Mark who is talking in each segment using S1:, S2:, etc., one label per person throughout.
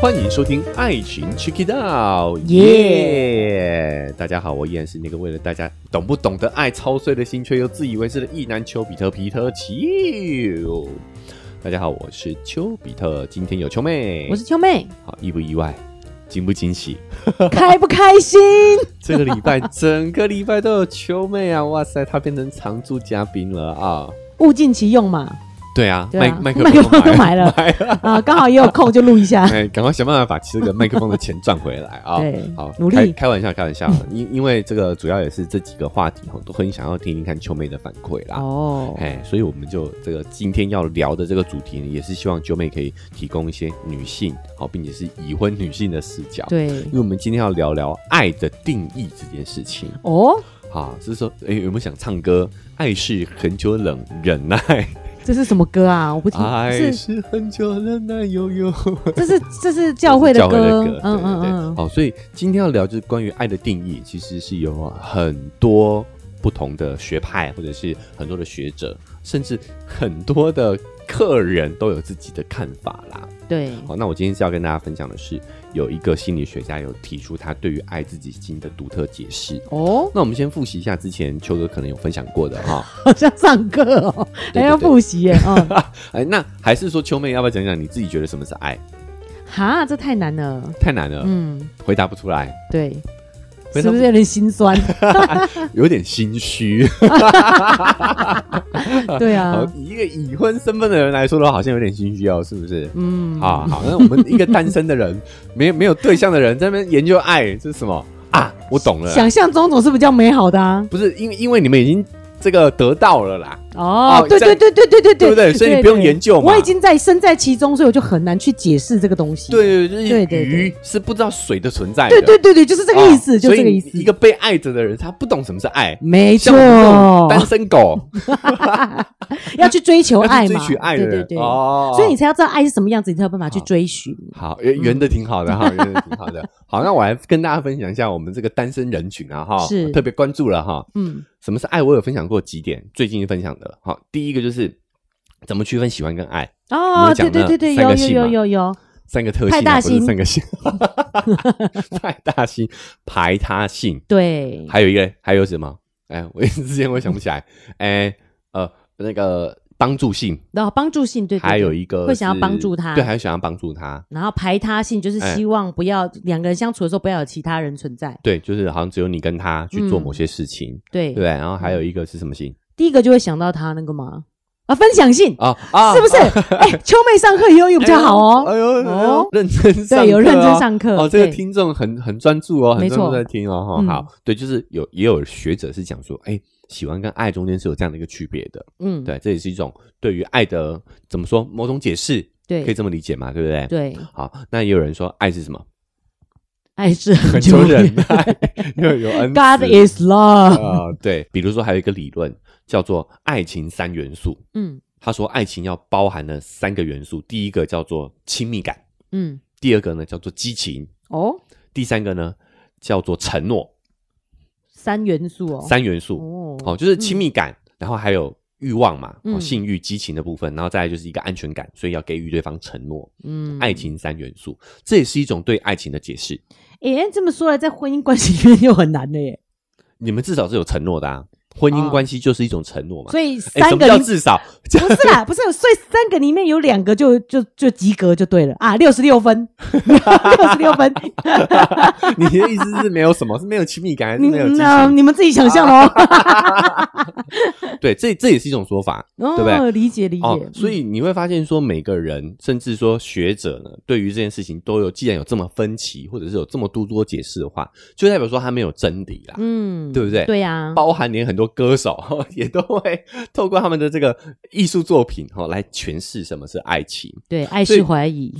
S1: 欢迎收听《爱情 Check It Out》，耶！
S2: 耶
S1: 大家好，我依然是那个为了大家懂不懂得爱操碎了心却又自以为是的意男丘比特皮特丘。大家好，我是丘比特，今天有丘妹，
S2: 我是秋 妹，
S1: 好，意不意外？惊不惊喜？
S2: 开不开心？
S1: 这个礼 拜整个礼拜都有秋妹啊！哇塞，她变成常驻嘉宾了啊！
S2: 物尽其用嘛，
S1: 对啊，
S2: 对啊
S1: 麦麦克
S2: 麦克风
S1: 风
S2: 都
S1: 买
S2: 买了
S1: 买了。
S2: 啊，刚好也有空就录 一 下。
S1: 哎，赶快想办法把这个麦克风的钱赚回来啊！
S2: 对
S1: 好，
S2: 努力
S1: 开开玩笑，开玩 笑，因因为这个主要也是这几个话题哈，都很想要听听看秋妹的反馈啦。
S2: 哦，
S1: 哎，所以我们就这个今天要聊的这个主题呢，也是希望秋妹可以提供一些女性好，并且是已婚女性的视角。，
S2: 对
S1: 因，为我们今天要聊聊爱的定义这件事情。
S2: 哦，
S1: 啊，是说，哎，有没有想唱歌？爱是很久忍忍耐，
S2: 这是什么歌啊？我不听，
S1: 爱
S2: 是
S1: 是很久忍耐悠悠。
S2: 这是这是教会的
S1: 教会的
S2: 歌
S1: 歌，，
S2: 嗯
S1: 对对对。
S2: 嗯嗯，
S1: 好，所以今天要聊就是关于爱的定义，其实是有很多不同的学派，或者是很多的学者，甚至很多的客人都有自己的看法啦。
S2: 对，
S1: 好，那我今天是要跟大家分享的是，有一个心理学家有提出他对于爱自己心的独特解释。
S2: 哦，
S1: 那我们先复习一下之前秋哥可能有分享过的 哈，
S2: 好像上课哦，
S1: 对
S2: 还要
S1: 对对
S2: 复习耶，嗯，
S1: 哎，那还是说秋妹要不要讲讲你自己觉得什么是爱？
S2: 哈，这太难了，
S1: 太难了，
S2: 嗯，
S1: 回答不出来，
S2: 对，
S1: 非常
S2: 是不是有点 心酸？
S1: 有点心虚。
S2: 对啊
S1: 好，，以一个已婚身份的人来说的话，好像有点心虚哦，是不是？
S2: 嗯，
S1: 啊，好，那我们一个单身的人，没有没有对象的人，在那边研究爱，这是什么啊？我懂了啦，
S2: 想象中总是比较美好的啊。
S1: 不是因为因为你们已经这个得到了啦，
S2: 哦
S1: 哦，
S2: 对
S1: 这样
S2: 对对对对对
S1: 对不对所以你不用研究嘛
S2: 我已经在身在其中，所以我就很难去解释这个东西。
S1: 对对
S2: 对
S1: 就是
S2: 对
S1: 鱼是不知道水的存在的，
S2: 对对对对，就是这个意思，
S1: 啊
S2: 就这个意
S1: 所以
S2: 思
S1: 一。个被爱着的人，他不懂什么是爱。
S2: 没
S1: 像，
S2: 错
S1: 我们这种单身狗，
S2: 要去追求
S1: 要
S2: 爱
S1: 去
S2: 嘛，
S1: 追寻爱的
S2: 对
S1: 人
S2: 对对。
S1: 哦，
S2: 所以你才要知道爱是什么样子，你才有办法去追寻。
S1: 好，圆圆的挺好的 哈，圆的挺好的。好，那我来跟大家分享一下我们这个单身人群啊哈，
S2: 是
S1: 特别关注了哈。
S2: 嗯，
S1: 什么是爱？我有分享过几点，最近分享的。好，第一个就是怎么区分喜欢跟爱，我
S2: 哦，
S1: 们讲
S2: 对对
S1: 那
S2: 对对，
S1: 三
S2: 有
S1: 个
S2: 有
S1: 性嘛
S2: 有有有，
S1: 三个特性、啊，
S2: 派
S1: 不
S2: 大
S1: 是
S2: 星
S1: 三个性， 派大星、排他性，
S2: 对，
S1: 还有一个还有什么？哎，我一 时之间我也想不起来。哎，呃，那个帮助性，
S2: 然后帮助性，对，对
S1: 还有
S2: 对
S1: 一个
S2: 会想
S1: 是
S2: 要帮助他
S1: 对，还有想要帮助他。
S2: 然后排他性就是
S1: 哎
S2: 希望不要两个人相处的时候不要有其他人存在。
S1: 对，就是好像只有你跟他去做
S2: 嗯
S1: 某些事情，
S2: 对嗯
S1: 对不，对？然后还有一个是什么性？
S2: 第一个就会想到他那个嘛，啊，分享性
S1: 啊啊，
S2: 是不是？哎，秋妹上课以 后又比较好哦。
S1: 哎呦，哎呦哎呦
S2: 哦
S1: 认真上课哦
S2: 对，有认真上课
S1: 哦，这个
S2: 对
S1: 听众很很专注哦，很
S2: 没
S1: 专
S2: 错
S1: 注在听哦。哈
S2: 嗯
S1: 好，对，就是有也有学者是讲说，哎，喜欢跟爱中间是有这样的一个区别的。
S2: 嗯，
S1: 对，这也是一种对于爱的怎么说某种解释，
S2: 对
S1: 可以这么理解嘛，对不对？。
S2: 对，
S1: 好，那也有人说爱是什 么？
S2: 爱是很
S1: 很
S2: 久
S1: 久忍耐，又有恩慈。
S2: God is love。
S1: 啊，对，比如说还有一个理论叫做爱情三元素，
S2: 嗯
S1: 他说爱情要包含了三个元素，第一个叫做亲密感，
S2: 嗯，
S1: 第二个呢叫做激情，
S2: 哦，
S1: 第三个呢叫做承诺，
S2: 三元素哦，
S1: 三元素，
S2: 哦，
S1: 哦，就是亲密感，然后还有欲望嘛，哦，
S2: 嗯
S1: 性欲、激情的部分，然后再来就是一个安全感，所以要给予对方承诺，
S2: 嗯
S1: 爱。情三元素，这也是一种对爱情的解释。
S2: 哎，这么说来，在婚姻关系里面就很难了耶。
S1: 你们至少是有承诺的啊，婚姻
S2: 哦
S1: 关系就是一种承诺嘛。
S2: 所以
S1: 哎，什
S2: 三
S1: 么
S2: 个
S1: 叫
S2: 里
S1: 至少？
S2: 不是啦，不 是，所以三个里面有两个就就就及格就对了啊，六十 六分，六十六分。
S1: 你的意思是没有什么，是没有亲密感，还是
S2: 你
S1: 没有 激情？
S2: 那嗯啊你们自己想象哦，嗯
S1: 对，这这也是一种说法。
S2: 哦
S1: 对不对？
S2: 理解理
S1: 哦
S2: 解，。
S1: 所
S2: 以
S1: 以你会发现说，每个人甚至说学者呢，对于这件事情都有，既然有这么分歧，或者是有这么多多解释的话，就代表说他没有真理啦，
S2: 嗯，
S1: 对不对？
S2: 对呀，
S1: 包含连很多歌手也都会 透过他们的这个艺术作品哈、哦、来诠释什么是爱情，
S2: 对，爱
S1: 所以
S2: 是怀疑。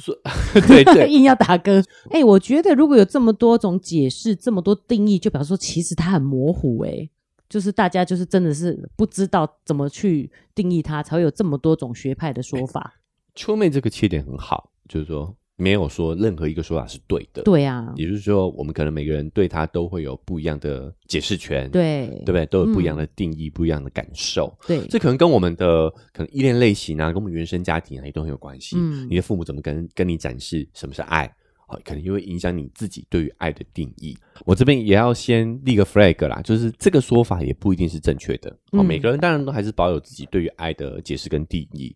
S1: 对对，
S2: 硬要打歌。哎、我觉得如果有这么多种解释，这么多定义，就表示说其实它很模糊、哎，就是大家就是真的是不知道怎么去
S1: 哎
S2: 定义它，才会有这么多种学派的说法。
S1: 秋妹这个切点很好，就是说没有说任何一个说法是对的。，
S2: 对啊，
S1: 也就是说，我们可能每个人对它都会有不一样的解释权，
S2: 对
S1: 对不对？都有不一样的定义，不一样的感受。
S2: 对
S1: 这可能跟我们的可能依恋类型啊，跟我们原生家庭啊，也都很有关系。
S2: 嗯
S1: 你的父母怎么跟跟你展示什么是爱，好，可能也会影响你自己对于爱的定义。我这边也要先立个 flag 啦，就是这个说法也不一定是正确的。哦，
S2: 嗯
S1: 每个人当然都还是保有自己对于爱的解释跟定义。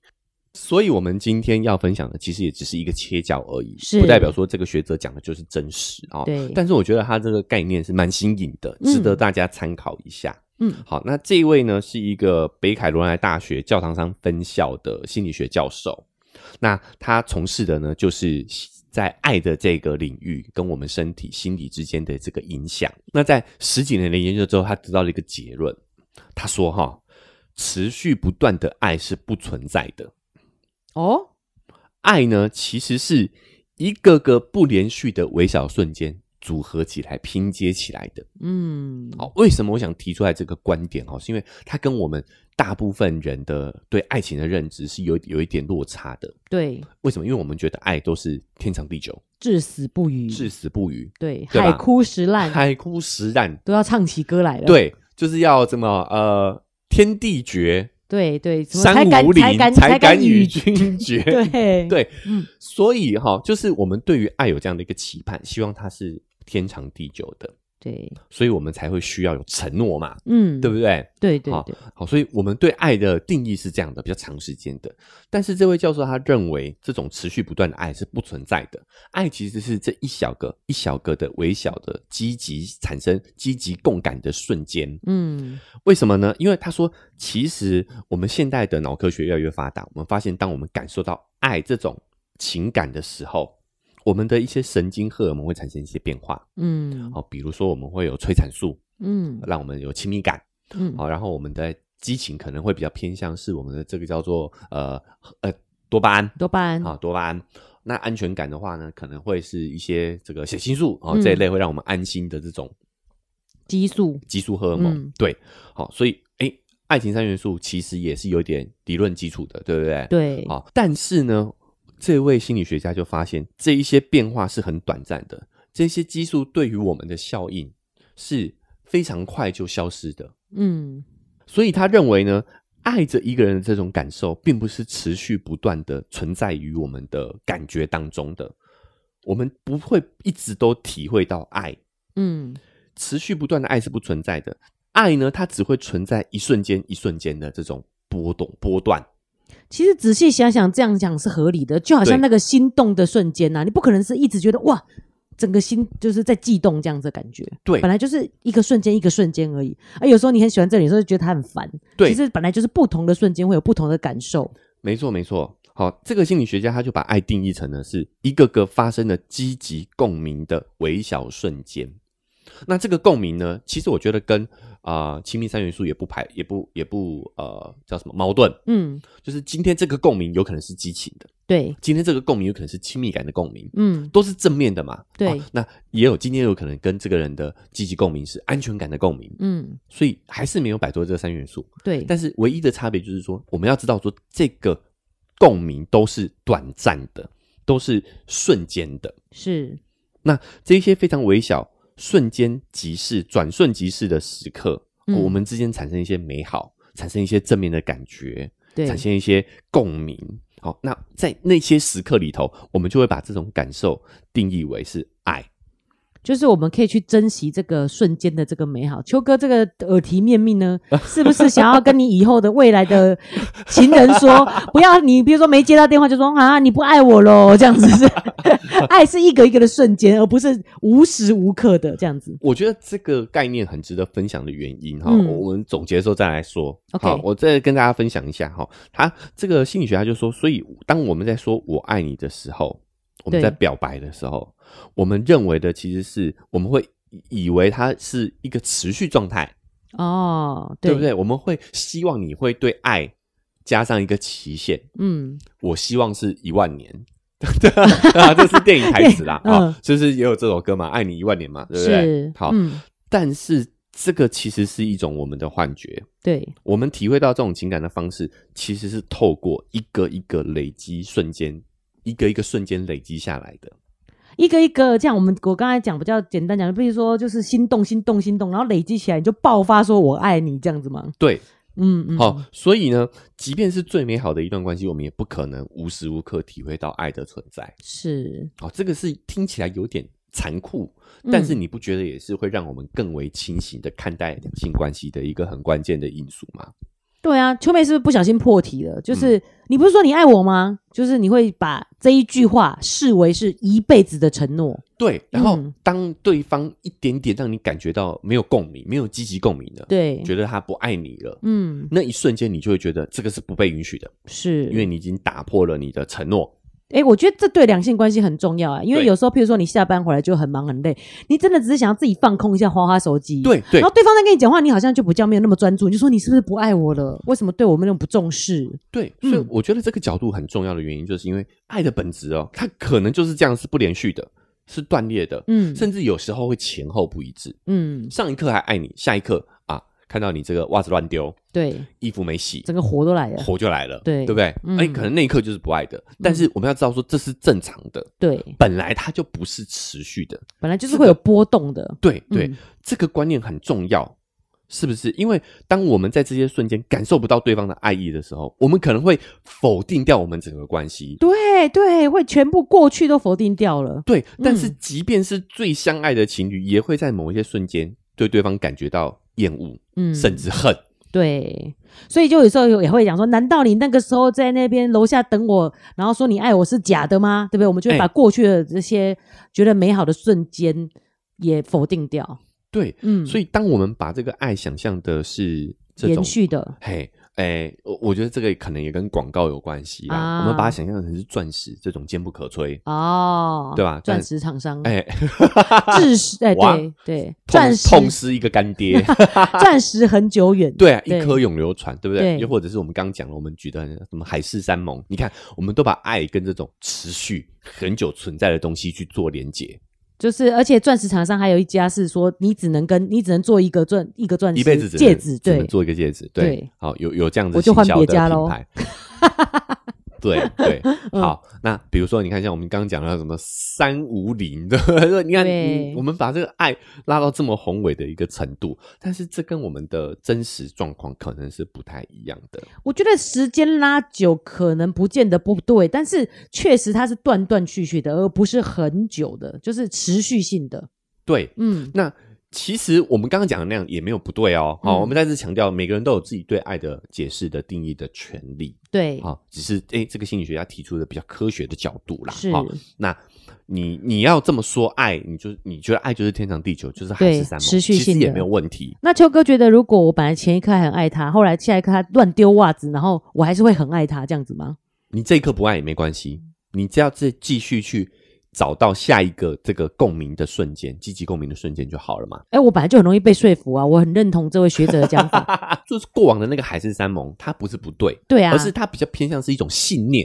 S1: 所以，我们今天要分享的其实也只是一个切角而已，
S2: 是
S1: 不代表说这个学者讲的就是真实啊、哦。
S2: 对
S1: 但是我觉得他这个概念是蛮新颖的，值得大家参考一下。
S2: 嗯
S1: 好，那这一位呢是一个北凯罗来纳大学教堂商分校的心理学教授，那他从事的呢就是。在爱的这个领域，跟我们身体、心理之间的这个影响。那在十几年的研究之后，他得到了一个结论，他说：“哈，持续不断的爱是不存在的，
S2: 哦，
S1: 爱呢，其实是一个个不连续的微小瞬间组合起来、拼接起来的。
S2: 嗯，
S1: 好，为什么我想提出来这个观点？哦，是因为它跟我们大部分人的对爱情的认知是有有一点落差的。
S2: 对，
S1: 为什么？因为我们觉得爱都是天长地久、
S2: 至死不渝，
S1: 至死不渝、
S2: 对，
S1: 对吧
S2: 海枯石烂
S1: 海枯石烂。
S2: 都要唱起歌来了，
S1: 对，就是要这么呃，天地绝，
S2: 对对，什么
S1: 山
S2: 才敢
S1: 无陵
S2: 才，敢
S1: 才敢
S2: 敢
S1: 与
S2: 与
S1: 君绝。
S2: 对
S1: 对，
S2: 嗯
S1: 所以哈、就是我们对于爱有这样的一个期盼，希望它是天长地久的，
S2: 对，
S1: 所以我们才会需要有承诺嘛，
S2: 嗯，
S1: 对不对？
S2: 对对
S1: 好
S2: 对，
S1: 好，所以我们对爱的定义是这样的，比较长时间的。但是这位教授他认为，这种持续不断的爱是不存在的，爱其实是这一小个一小个的微小的积极产生积极共感的瞬间，
S2: 嗯，
S1: 为什么呢？因为他说，其实我们现代的脑科学越来越发达，我们发现，当我们感受到爱这种情感的时候，我们的一些神经荷尔蒙会产生一些变化。
S2: 嗯，
S1: 好，比如说我们会有催产素，
S2: 嗯，
S1: 让我们有亲密感。
S2: 嗯，
S1: 好，然后我们的激情可能会比较偏向是我们的这个叫做呃呃多巴胺。
S2: 多巴胺，
S1: 啊，多巴胺。那安全感的话呢，可能会是一些这个血清素啊、
S2: 嗯
S1: 这一类会让我们安心的这种
S2: 激素，
S1: 激素荷尔蒙，
S2: 嗯
S1: 对，好、所以诶，爱情三元素其实也是有点理论基础的，对不对？，
S2: 对，
S1: 好、但是呢，这位心理学家就发现这一些变化是很短暂的，这些激素对于我们的效应是非常快就消失的，
S2: 嗯，
S1: 所以他认为呢，爱着一个人的这种感受，并不是持续不断的存在于我们的感觉当中的，我们不会一直都体会到爱，
S2: 嗯，
S1: 持续不断的爱是不存在的。爱呢，它只会存在一瞬间、一瞬间的这种波动、波段。
S2: 其实仔细想想，这样讲是合理的，就好像
S1: 对
S2: 那个心动的瞬间啊呐、你不可能是一直觉得哇，整个心就是在悸动这样子的感觉。
S1: 对
S2: 本来就是一个瞬间一个瞬间而已。而有时候你很喜欢这里，有时候就觉得它很烦。
S1: 对
S2: 其实本来就是不同的瞬间会有不同的感受。
S1: 没错，没错。好，这个心理学家他就把爱定义成呢是一个个发生的积极共鸣的微小瞬间。那这个共鸣呢，其实我觉得跟啊、呃亲密三元素也不排也不也不呃叫什么矛盾，
S2: 嗯，
S1: 就是今天这个共鸣有可能是激情的，
S2: 对，
S1: 今天这个共鸣有可能是亲密感的共鸣，
S2: 嗯，
S1: 都是正面的嘛。
S2: 对
S1: 哦那也有今天有可能跟这个人的积极共鸣是安全感的共鸣，
S2: 嗯，
S1: 所以还是没有摆脱这三元素。
S2: 对，
S1: 但是唯一的差别就是说，我们要知道说这个共鸣都是短暂的，都是瞬间的。
S2: 是，
S1: 那这一些非常微小、瞬间即逝、转瞬即逝的时刻，
S2: 嗯
S1: 我们之间产生一些美好，产生一些正面的感觉，
S2: 对，
S1: 产生一些共鸣。好，那在那些时刻里头，我们就会把这种感受定义为是爱。
S2: 就是我们可以去珍惜这个瞬间的这个美好。秋哥这个耳提面命 呢，是不是想要跟你以后的未来的 情人说，不要你比如说没接到电话就说啊你不爱我喽，这样 子是爱是一个一个的瞬间，而不是无时无刻的这样子。
S1: 我觉得这个概念很值得分享的原因哈、
S2: 嗯
S1: 我们总结的时候再来说。
S2: OK
S1: 好，我再跟大家分享一下哈，他这个心理学家就说，所以当我们在说我爱你的时候，我们
S2: 对
S1: 在表白的时候，我们认为的其实是我们会以为它是一个持续状态，
S2: 哦，
S1: 对不？对？我们会希望你会对爱加上一个期限，
S2: 嗯，
S1: 我希望是一万年。 对啊，这是电影台词啦，
S2: 对
S1: 啊、
S2: 嗯
S1: 就是也有这首歌嘛，《爱你一万年》嘛，对不对
S2: 是？
S1: 好，
S2: 嗯，
S1: 但是这个其实是一种我们的幻觉，
S2: 对，
S1: 我们体会到这种情感的方式，其实是透过一个一个累积瞬间、一一个一个瞬间累积下来的。
S2: 一个一个这样，我们我刚才讲比较简单讲，比如说就是心动、心动、心动，然后累积起来你就爆发，说我爱你这样子吗？
S1: 对，
S2: 嗯嗯，
S1: 好、所以呢，即便是最美好的一段关系，我们也不可能无时无刻体会到爱的存在。
S2: 是，
S1: 好、这个是听起来有点残酷，但是
S2: 嗯
S1: 你不觉得也是会让我们更为清醒的看待两性关系的一个很关键的因素吗？
S2: 对啊，秋妹是不是不小心破题了？就是、
S1: 嗯
S2: 你不是说你爱我吗？就是你会把这一句话视为是一辈子的承诺。
S1: 对，然后
S2: 嗯
S1: 当对方一点点让你感觉到没有共鸣、没有积极共鸣了，
S2: 对，
S1: 觉得他不爱你了，
S2: 嗯，
S1: 那一瞬间你就会觉得这个是不被允许的，
S2: 是，
S1: 因为你已经打破了你的承诺。
S2: 哎、我觉得这对两性关系很重要啊，因为
S1: 对
S2: 有时候，譬如说你下班回来就很忙很累，你真的只是想要自己放空一下，花花手机。。
S1: 对对
S2: 然后对方在跟你讲话，你好像就比较没有那么专注，你就说你是不是不爱我了？为什么对我们那种不重视？
S1: 对，所以
S2: 嗯
S1: 我觉得这个角度很重要的原因，就是因为爱的本质哦，它可能就是这样，是不连续的，是断裂的，
S2: 嗯
S1: 甚至有时候会前后不一致。
S2: 嗯，
S1: 上一刻还爱你，下一刻啊，看到你这个袜子乱丢，
S2: 对，
S1: 衣服没洗，
S2: 整个火都来了。
S1: 火就来了，
S2: 对
S1: 对不对？
S2: 嗯
S1: 哎、可能那一刻就是不爱的，但是我们要知道说这是正常的，
S2: 对，
S1: 本来它就不是持续的。
S2: 本来就是会有波动的。
S1: 对对，
S2: 嗯
S1: 这个观念很重要，是不是？因为当我们在这些瞬间感受不到对方的爱意的时候，我们可能会否定掉我们整个关系。
S2: 对对，会全部过去都否定掉了。
S1: 对，但是即便是最相爱的情侣，也会在某一些瞬间对对方感觉到厌恶，
S2: 嗯，
S1: 甚至恨。
S2: 对，所以就有时候有也会讲说，难道你那个时候在那边楼下等我，然后说你爱我是假的吗？对不对？我们就会
S1: 哎
S2: 把过去的这些觉得美好的瞬间也否定掉。
S1: 对，
S2: 嗯，
S1: 所以当我们把这个爱想象的是这
S2: 延
S1: 种，
S2: 续的
S1: 嘿。哎，我我觉得这个可能也跟广告有关系啦。
S2: 啊
S1: 我们把它想象成是钻石这种坚不可摧，
S2: 哦，
S1: 对吧
S2: 钻
S1: 但
S2: 石厂商，
S1: 哎，
S2: 钻石，哎，
S1: 哇
S2: 对对，
S1: 痛
S2: 钻石，
S1: 痛失一个干 爹，
S2: 钻石很久远。
S1: 对啊，一
S2: 对
S1: 颗永流传，对不
S2: 对
S1: 对？又或者是我们刚刚讲了，我们举的什么海誓山盟，你看，我们都把爱跟这种持续很久存在的东西去做连接，
S2: 就是，而且钻石厂商还有一家是说，你只能跟你只能做一个钻一个钻石
S1: 一辈子只能
S2: 戒指，
S1: 只
S2: 对
S1: 能，做一个戒指，
S2: 对
S1: 对，好，有有这样子
S2: 我就
S1: 行
S2: 换
S1: 销
S2: 别
S1: 的
S2: 家咯嗯
S1: 品 牌。对对，好，那比如说，你看像我们刚刚讲到什么三五零的， 你看
S2: 对
S1: 嗯我们把这个爱拉到这么宏伟的一个程度，但是这跟我们的真实状况可能是不太一样的。
S2: 我觉得时间拉久可能不见得不对，但是确实它是断断续续的，而不是很久的，就是持续性的。
S1: 对，
S2: 嗯，
S1: 那其实我们刚刚讲的那样也没有不对哦。好、
S2: 嗯
S1: 我们再次强调，每个人都有自己对爱的解释的定义的权利。
S2: 对，
S1: 好、只是诶，这个心理学家提出的比较科学的角度啦。
S2: 是
S1: 好那你你要这么说爱，你就你觉得爱就是天长地久，就是海
S2: 对
S1: 誓山盟，
S2: 持续
S1: 其
S2: 性
S1: 实
S2: 的
S1: 也没有问题。
S2: 那秋哥觉得，如果我本来前一刻还很爱他，后来下一刻他乱丢袜子，然后我还是会很爱他这样子吗？
S1: 你这一刻不爱也没关系，你只要再继续去找到下一个这个共鸣的瞬间，积极共鸣的瞬间就好了嘛。
S2: 哎、我本来就很容易被说服啊，我很认同这位学者的讲 法。
S1: 啊就是过往的那个海誓山盟，它不是不对，
S2: 对啊，
S1: 而是它比较偏向是一种信念。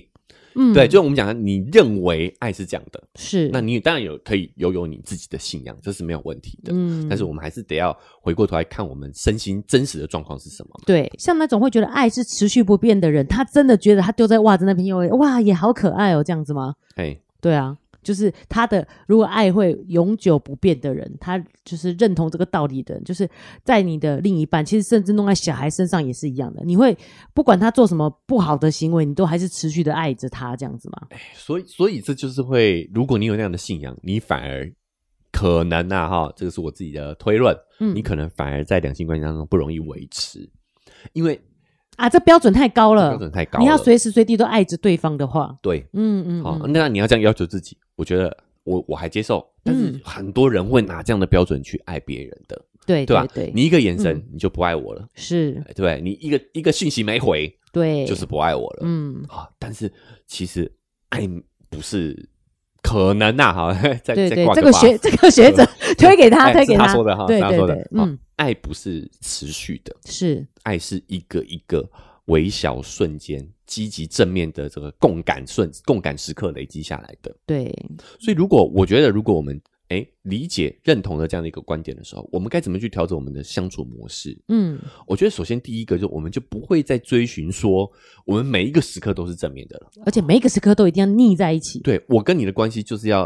S2: 嗯
S1: 对，就我们讲的，你认为爱是这样的，
S2: 是
S1: 那你当然有可以拥有你自己的信仰，这是没有问题的。
S2: 嗯
S1: 但是我们还是得要回过头来看我们身心真实的状况是什么嘛。
S2: 对，像那种会觉得爱是持续不变的人，他真的觉得他丢在袜子那边又会哇也好可爱哦这样子吗？
S1: 哎，
S2: 对啊，就是他的如果爱会永久不变的人，他就是认同这个道理的人，就是在你的另一半，其实甚至弄在小孩身上也是一样的。你会不管他做什么不好的行为，你都还是持续的爱着他这样子嘛？
S1: 所以所以这就是会，如果你有那样的信仰，你反而可能啊，哈，这个是我自己的推论，
S2: 嗯
S1: 你可能反而在两性关系当中不容易维持，因为
S2: 啊，这标准太高了，
S1: 标准太高了。
S2: 你要随时随地都爱着对方的话，
S1: 对，
S2: 嗯嗯
S1: 好、
S2: 嗯，
S1: 那你要这样要求自己，我觉得我我还接受。但是
S2: 嗯
S1: 很多人会拿这样的标准去爱别人的，
S2: 对
S1: 对吧？啊
S2: 对，
S1: 你一个眼神、
S2: 嗯
S1: 你就不爱我了，哎
S2: 是
S1: 对不对？你一个一个讯息没回，
S2: 对，
S1: 就是不爱我了。
S2: 嗯，
S1: 啊，但是其实爱不是可能呐、哈， 再
S2: 对
S1: 再
S2: 对
S1: 挂，
S2: 这
S1: 个嗯
S2: 个学这个学者推给 他，
S1: 哎
S2: 推
S1: 是
S2: 给
S1: 他说的哈，
S2: 对
S1: 是他
S2: 对
S1: 说的
S2: 对，，
S1: 嗯
S2: 嗯，，
S1: 爱不是持续的，
S2: 是
S1: 爱是一个一个微小瞬间。积极正面的这个共感瞬共感时刻累积下来的，
S2: 对，
S1: 所以如果我觉得，如果我们哎理解认同了这样的一个观点的时候，我们该怎么去调整我们的相处模式？
S2: 嗯，
S1: 我觉得首先第一个就是我们就不会再追寻说我们每一个时刻都是正面的了。
S2: 而且每一个时刻都一定要腻在一起，
S1: 对我跟你的关系就是要，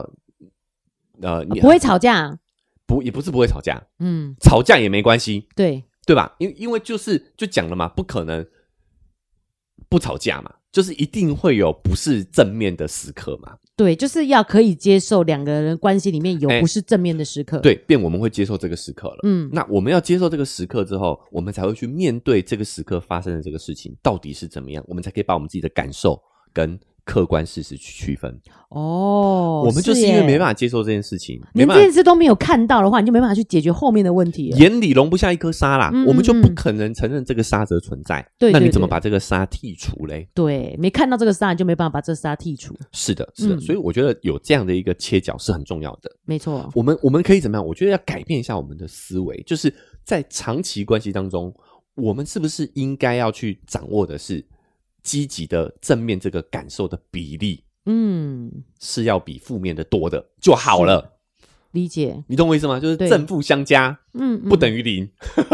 S1: 呃，你
S2: 啊不会吵架。
S1: 不也不是不会吵架，
S2: 嗯，
S1: 吵架也没关系，
S2: 对，
S1: 对吧？因因为就是就讲了嘛，不可能不吵架嘛，就是一定会有不是正面的时刻嘛。
S2: 对，就是要可以接受两个人关系里面有
S1: 哎
S2: 不是正面的时刻。，
S1: 对，变我们会接受这个时刻了。
S2: 嗯，
S1: 那我们要接受这个时刻之后，我们才会去面对这个时刻发生的这个事情到底是怎么样，我们才可以把我们自己的感受跟客观事实去区分。
S2: 哦，
S1: 我们就是因为没
S2: 法，
S1: 办法接受这件事情，没
S2: 连
S1: 办
S2: 这
S1: 法
S2: 件事都没有看到的话，你就没办法去解决后面的问题了。
S1: 眼里容不下一颗沙啦，
S2: 嗯
S1: 我们就
S2: 嗯
S1: 不
S2: 嗯
S1: 可能承认这个沙则存在。
S2: 对
S1: 那
S2: 对
S1: 你怎么
S2: 对
S1: 把这个沙剔除嘞？
S2: 对，没看到这个沙，你就没办法把这沙剔除。
S1: 是的，是的，
S2: 嗯
S1: 所以我觉得有这样的一个切角是很重要的。
S2: 没错，
S1: 我们我们可以怎么样？我觉得要改变一下我们的思维，就是在长期关系当中，我们是不是应该要去掌握的是积极的正面这个感受的比例
S2: 嗯，
S1: 是要比负面的多的就好了。
S2: 理解，
S1: 你懂我意思吗？就是
S2: 对
S1: 正负相加，
S2: 嗯，
S1: 不等
S2: 于
S1: 于零，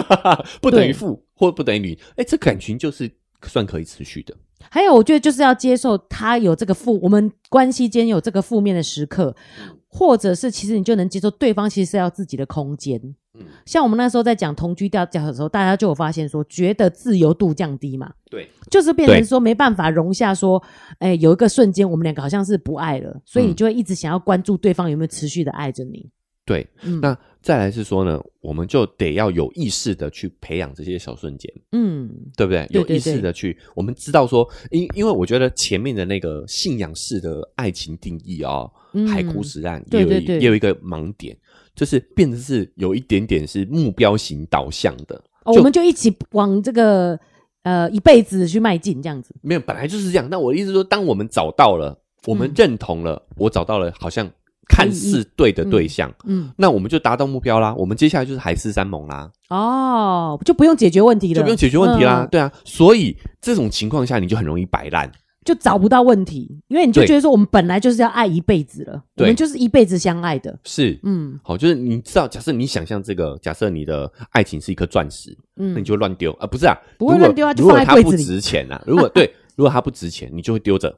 S1: 不等于
S2: 对
S1: 负，或不等于零。哎，这感情就是算可以持续的。
S2: 还有，我觉得就是要接受他有这个负，我们关系间有这个负面的时刻，
S1: 嗯
S2: 或者是其实你就能接受对方其实是要自己的空间。
S1: 嗯
S2: 像我们那时候在讲同居调调的时候，大家就有发现说，觉得自由度降低嘛，
S1: 对，
S2: 就是变
S1: 对
S2: 成说没办法容下说，哎、有一个瞬间我们两个好像是不爱了，所以你
S1: 嗯
S2: 就会一直想要关注对方有没有持续的爱着你。
S1: 对，
S2: 嗯，
S1: 那再来是说呢，我们就得要有意识的去培养这些小瞬间，
S2: 嗯，
S1: 对不对？
S2: 对
S1: 有
S2: 对
S1: 意识的去，我们知道说，因因为我觉得前面的那个信仰式的爱情定义哦，
S2: 嗯
S1: 海枯石烂也
S2: 对
S1: 有一
S2: 对对
S1: 也有一个盲点，就是变成是有一点点是目标型导向的，
S2: 哦，
S1: 就
S2: 我们就一起往这个呃一辈子去迈进，这样子。
S1: 没有，本来就是这样。那我的意思是说，当我们找到了，我们
S2: 嗯
S1: 认同了，我找到了好像看似对的对象，
S2: 嗯，
S1: 那我们就达到目标啦。我们接下来就是海誓山盟啦，
S2: 哦，就不用解决问题了，
S1: 就不用解决问题啦。
S2: 嗯
S1: 对啊，所以这种情况下，你就很容易摆烂。
S2: 就找不到问题，因为你就
S1: 对
S2: 觉得说我们本来就是要爱一辈子了，我
S1: 对
S2: 们就是一辈子相爱的。
S1: 是，
S2: 嗯
S1: 好，就是你知道，假设你想象这个，假设你的爱情是一颗钻石，那
S2: 嗯
S1: 你，就乱丢啊，不是啊，
S2: 不会
S1: 如果
S2: 乱丢啊就
S1: 如果
S2: 放在
S1: 它
S2: 柜
S1: 不
S2: 子里
S1: 值钱啊， 如果对，如果它不值钱，你就会丢着。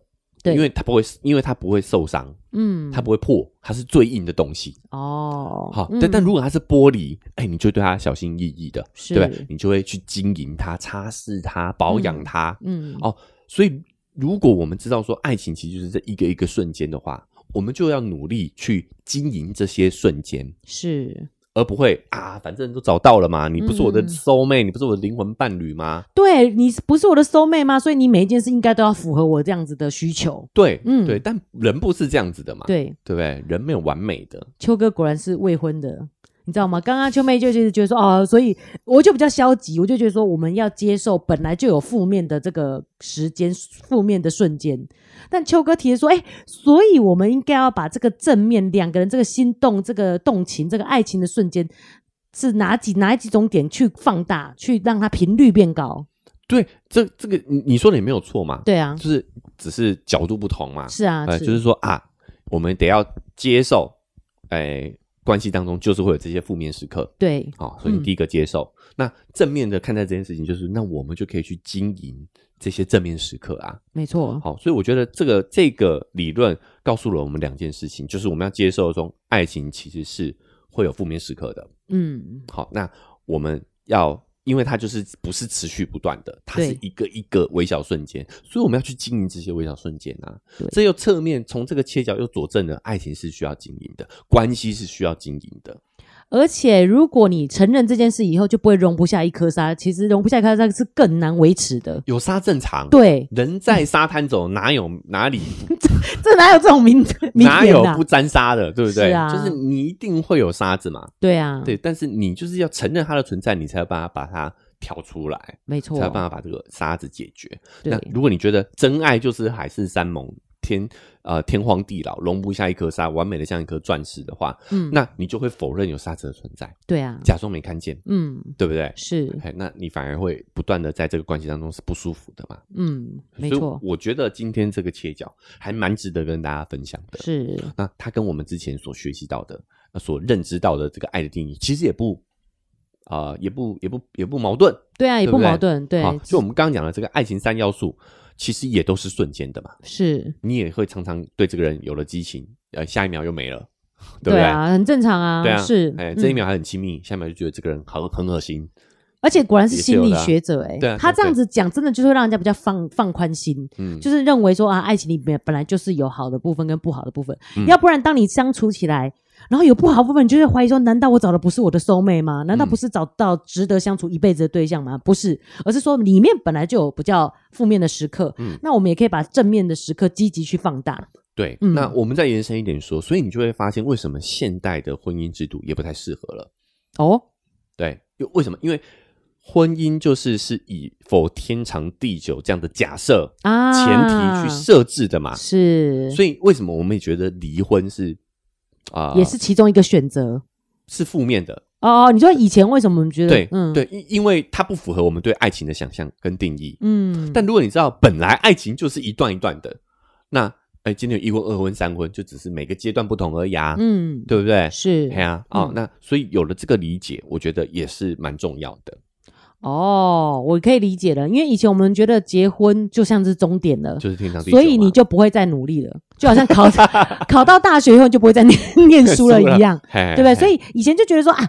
S2: 对
S1: 因为它不会，因为它不会受伤，
S2: 嗯
S1: 它不会破，它是最硬的东西。
S2: 哦，
S1: 好，
S2: 嗯
S1: 但但如果它是玻璃，哎、你就对它小心翼翼的，
S2: 是
S1: 对不对？你就会去经营它、擦拭它、保养它。
S2: 嗯
S1: 哦所以，如果我们知道说爱情其实就是这一个一个瞬间的话，我们就要努力去经营这些瞬间，
S2: 是
S1: 而不会啊，反正都找到了嘛，你不是我的
S2: 嗯
S1: soul mate，、你不是我的灵魂伴侣吗？
S2: 对你不是我的 soul mate 吗？所以你每一件事应该都要符合我这样子的需求。
S1: 对，
S2: 嗯
S1: 对，但人不是这样子的嘛，
S2: 对，
S1: 对不对？人没有完美的，
S2: 秋哥果然是未婚的，你知道吗？刚刚秋妹就就是觉得说，哦，所以我就比较消极，我就觉得说，我们要接受本来就有负面的这个时间、负面的瞬间。但秋哥提的说，哎、所以我们应该要把这个正面两个人这个心动、这个动情、这个爱情的瞬间，是哪几哪几种点去放大，去让它频率变高？
S1: 对，这这个你你说的也没有错嘛，
S2: 对啊，
S1: 就是只是角度不同嘛，
S2: 是啊，
S1: 呃，
S2: 是
S1: 就是说啊，我们得要接受，哎、关系当中就是会有这些负面时刻，
S2: 对，
S1: 好、所以你
S2: 嗯
S1: 第一个接受，那正面的看待这件事情，就是那我们就可以去经营这些正面时刻啊，
S2: 没错，
S1: 好、所以我觉得这个这个理论告诉了我们两件事情，就是我们要接受中爱情其实是会有负面时刻的，
S2: 嗯，
S1: 好，那我们要。因为它就是不是持续不断的，它是
S2: 对
S1: 一个一个微小瞬间，所以我们要去经营这些微小瞬间啊。
S2: 对
S1: 这又侧面从这个切角又佐证了爱情是需要经营的，关系是需要经营的。
S2: 而且，如果你承认这件事以后，就不会容不下一颗沙。其实容不下一颗沙是更难维持的。
S1: 有沙正常，，
S2: 对，嗯
S1: 人在沙滩走，哪有哪里
S2: 这哪有这种 名名
S1: 哪
S2: 言
S1: 有
S2: 啊
S1: 不？沾沙的，对不对？
S2: 是啊
S1: 就是你一定会有沙子嘛，
S2: 对啊，
S1: 对，但是你就是要承认它的存在，你才有办法把它挑出来，
S2: 没
S1: 才
S2: 错
S1: 有，办法把这个沙子解决。那
S2: 对，
S1: 如果你觉得真爱就是海誓山盟、天呃天荒地老，容不下一颗沙，完美的像一颗钻石的话，
S2: 嗯，
S1: 那你就会否认有沙子的存在，
S2: 对啊，
S1: 假装没看见，
S2: 嗯，
S1: 对不对？
S2: 是，
S1: 哎，那你反而会不断的在这个关系当中是不舒服的嘛？
S2: 嗯，没
S1: 所以
S2: 错，
S1: 我觉得今天这个切角还蛮值得跟大家分享的。
S2: 是，
S1: 那它跟我们之前所学习到的，呃所认知到的这个爱的定义，其实也不啊、也不也不也不矛盾。
S2: 对啊，也
S1: 对
S2: 不
S1: 不对
S2: 矛盾，对
S1: 好，，就我们刚刚讲的这个爱情三要素，其实也都是瞬间的嘛。
S2: 是，
S1: 你也会常常对这个人有了激情，呃，下一秒又没了，对不
S2: 对
S1: 对？
S2: 啊，很正常啊，
S1: 对啊，
S2: 是，
S1: 哎，
S2: 嗯
S1: 这一秒还很亲密，下一秒就觉得这个人很很恶心，
S2: 而且果然是
S1: 也是
S2: 心
S1: 有
S2: 理
S1: 的啊
S2: 学者哎、
S1: 对啊
S2: 他这样
S1: 对
S2: 子讲，真的就会让人家比较放放宽心，
S1: 嗯，
S2: 就是认为说啊，爱情里面本来就是有好的部分跟不好的部分，
S1: 嗯
S2: 要不然当你相处起来，然后有不好的部分，你就会怀疑说，难道我找的不是我的 soul mate 吗？
S1: 嗯
S2: 难道不是找到值得相处一辈子的对象吗？不是，而是说里面本来就有比较负面的时刻，
S1: 嗯
S2: 那我们也可以把正面的时刻积极去放大，
S1: 对。
S2: 嗯
S1: 那我们再延伸一点说，所以你就会发现，为什么现代的婚姻制度也不太适合了？
S2: 哦，
S1: 对，因为为什么？因为婚姻就是是以否天长地久这样的假设
S2: 啊，
S1: 前提去设置的嘛，
S2: 是，
S1: 所以为什么我们也觉得离婚是啊、
S2: 也是其中一个选择。
S1: 是负面的？
S2: 哦，你说以前为什么我们觉得
S1: 对，
S2: 嗯，
S1: 对，因因为它不符合我们对爱情的想象跟定义。
S2: 嗯，
S1: 但如果你知道本来爱情就是一段一段的，那哎，今天有一婚、二婚、三婚，就只是每个阶段不同而已啊，
S2: 嗯，
S1: 对不对？
S2: 是，
S1: 哎呀、啊，哦
S2: 嗯，
S1: 那所以有了这个理解，我觉得也是蛮重要的，
S2: 哦，我可以理解了，因为以前我们觉得结婚就像是终点了。
S1: 就是天长地久嘛。
S2: 嗯所以你就不会再努力了，就好像考 考到大学以后就不会再念念书 了一样，
S1: 嘿，
S2: 对不对？所
S1: 以
S2: 以以前就觉得说啊，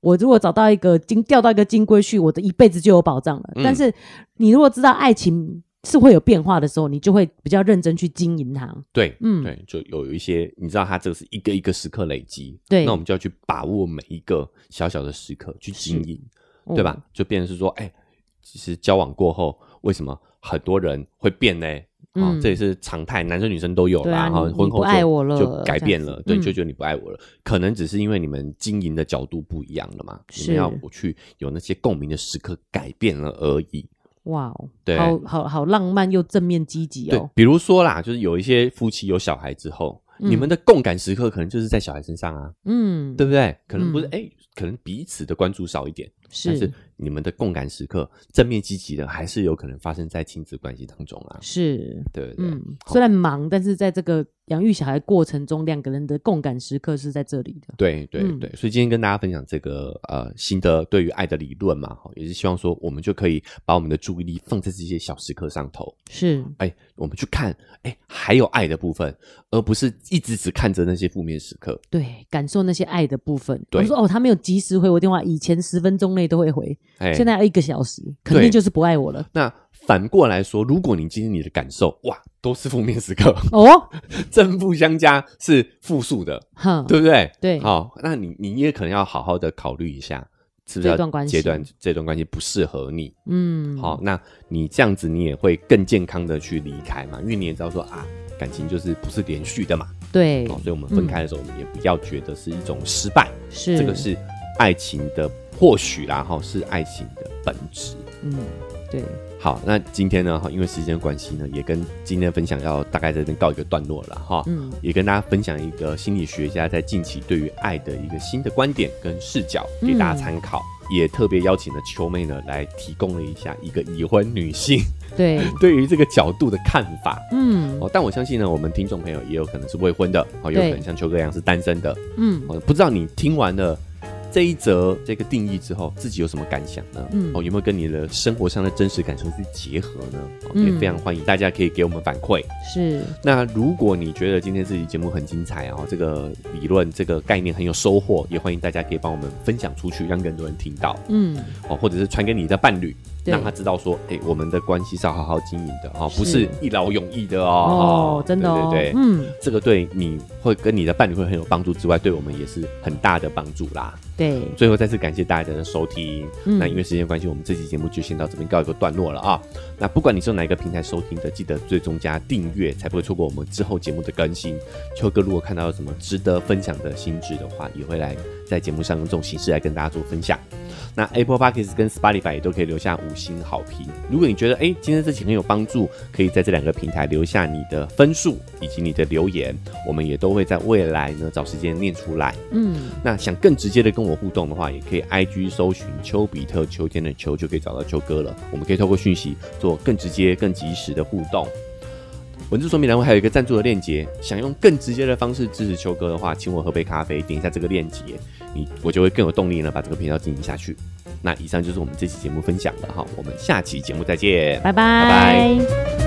S2: 我如果找到一个金钓到一个金龟婿，我的一辈子就有保障了。
S1: 嗯
S2: 但是你如果知道爱情是会有变化的时候，你就会比较认真去经营它。
S1: 对，
S2: 嗯
S1: 嗯，对，就有一些你知道，它这个是一个一个时刻累积，
S2: 对
S1: 那我们就要去把握每一个小小的时刻去经营，
S2: 嗯
S1: 对吧？？就变成是说，哎、其实交往过后，为什么很多人会变呢？啊、
S2: 嗯
S1: 这也是常态，男生女生都有
S2: 对
S1: 啦。
S2: 啊
S1: 哈、
S2: 你
S1: 婚
S2: 你
S1: 后
S2: 不
S1: 就
S2: 爱我了
S1: 就改变
S2: 这样
S1: 了
S2: 子，
S1: 对，
S2: 嗯
S1: 就觉得你不爱我了，可能只是因为你们经营的角度不一样了嘛，你
S2: 是
S1: 们要去有那些共鸣的时刻改变了而已。
S2: 哇哦，
S1: 对
S2: 好好好浪漫又正面积极
S1: 对
S2: 哦，，
S1: 比如说啦，就是有一些夫妻有小孩之后，
S2: 嗯
S1: 你们的共感时刻可能就是在小孩身上啊，
S2: 嗯，
S1: 对不对？可能不是
S2: 嗯
S1: 哎、可能彼此的关注少一点，但
S2: 是
S1: 是你们的共感时刻，正面积极的还是有可能发生在亲子关系当中啊，
S2: 是，
S1: 对不对？
S2: 嗯，
S1: 好
S2: 虽然忙，但是在这个养育小孩过程中，两个人的共感时刻是在这里的。
S1: 对对
S2: 嗯
S1: 对，所以今天跟大家分享这个呃新的对于爱的理论嘛，哈，也是希望说我们就可以把我们的注意力放在这些小时刻上头，
S2: 是，
S1: 哎，我们去看，哎，还有爱的部分，而不是一直只看着那些负面时刻。
S2: 对，感受那些爱的部分。
S1: 对
S2: 我说哦，他没有及时回我电话，以前十分钟内都会回，
S1: 哎，
S2: 现在要一个小时，肯定就是不爱 我了。
S1: 那反过来说，如果你今天你的感受哇都是负面时刻，
S2: 哦，
S1: 正负相加是负数的，
S2: 哼，
S1: 对不对？
S2: 对
S1: 好，那你你也可能要好好的考虑一下，是不是
S2: 这
S1: 要
S2: 段关系
S1: 这段这段关系不适合你？
S2: 嗯，
S1: 好，那你这样子你也会更健康的去离开嘛，因为你也知道说啊，感情就是不是连续的嘛，
S2: 对嗯
S1: 好，，所以我们分开的时候，我们也不要觉得是一种失败，
S2: 是，
S1: 这个，是爱情的或许啦，哈，是爱情的本质。
S2: 嗯，对，
S1: 好，那今天呢，哈，因为时间关系呢，也跟今天的分享要大概在这边告一个段落了哈。
S2: 嗯，
S1: 也跟大家分享一个心理学家在近期对于爱的一个新的观点跟视角，
S2: 嗯
S1: 给大家参考。也特别邀请了秋妹呢来提供了一下一个已婚女性
S2: 对，
S1: 对于这个角度的看法。
S2: 嗯
S1: 哦，但我相信呢，我们听众朋友也有可能是未婚的，哦，也有
S2: 对
S1: 可能像秋哥一样是单身的。
S2: 嗯，
S1: 哦，不知道你听完了这一则这个定义之后，自己有什么感想呢？
S2: 嗯
S1: 哦，有没有跟你的生活上的真实感受去结合呢？哦，
S2: 嗯
S1: 也非常欢迎大家可以给我们反馈。
S2: 是，
S1: 那如果你觉得今天这期节目很精彩哦，这个理论、这个概念很有收获，也欢迎大家可以帮我们分享出去，让更多人听到
S2: 嗯，
S1: 哦，或者是传给你的伴侣，
S2: 对
S1: 让他知道说，哎、我们的关系是要好好经营的哦，
S2: 是
S1: 不是一劳永逸的哦。
S2: 哦，真的哦，
S1: 对对对。
S2: 嗯，
S1: 这个对你会跟你的伴侣会很有帮助之外，对我们也是很大的帮助啦。
S2: 对，
S1: 最后再次感谢大家的收听。
S2: 嗯
S1: 那因为时间关系，我们这期节目就先到这边告一个段落了啊。那不管你是用哪一个平台收听的，记得追踪加订阅，才不会错过我们之后节目的更新。秋哥如果看到有什么值得分享的新知的话，也会来在节目上用这种形式来跟大家做分享。那 Apple Podcast 跟 Spotify 也都可以留下五星好评。如果你觉得诶今天这期很有帮助，可以在这两个平台留下你的分数以及你的留言，我们也都会在未来呢找时间念出来。
S2: 嗯，
S1: 那想更直接的跟我互动的话，也可以 I G 搜寻丘比特秋天的秋，就可以找到秋哥了。我们可以透过讯息做更直接、更及时的互动。文字说明栏会还有一个赞助的链接，想用更直接的方式支持秋哥的话，请我喝杯咖啡，点一下这个链接，你我就会更有动力呢，把这个频道经营下去。那以上就是我们这期节目分享了哈，我们下期节目再见，
S2: 拜
S1: 拜
S2: 拜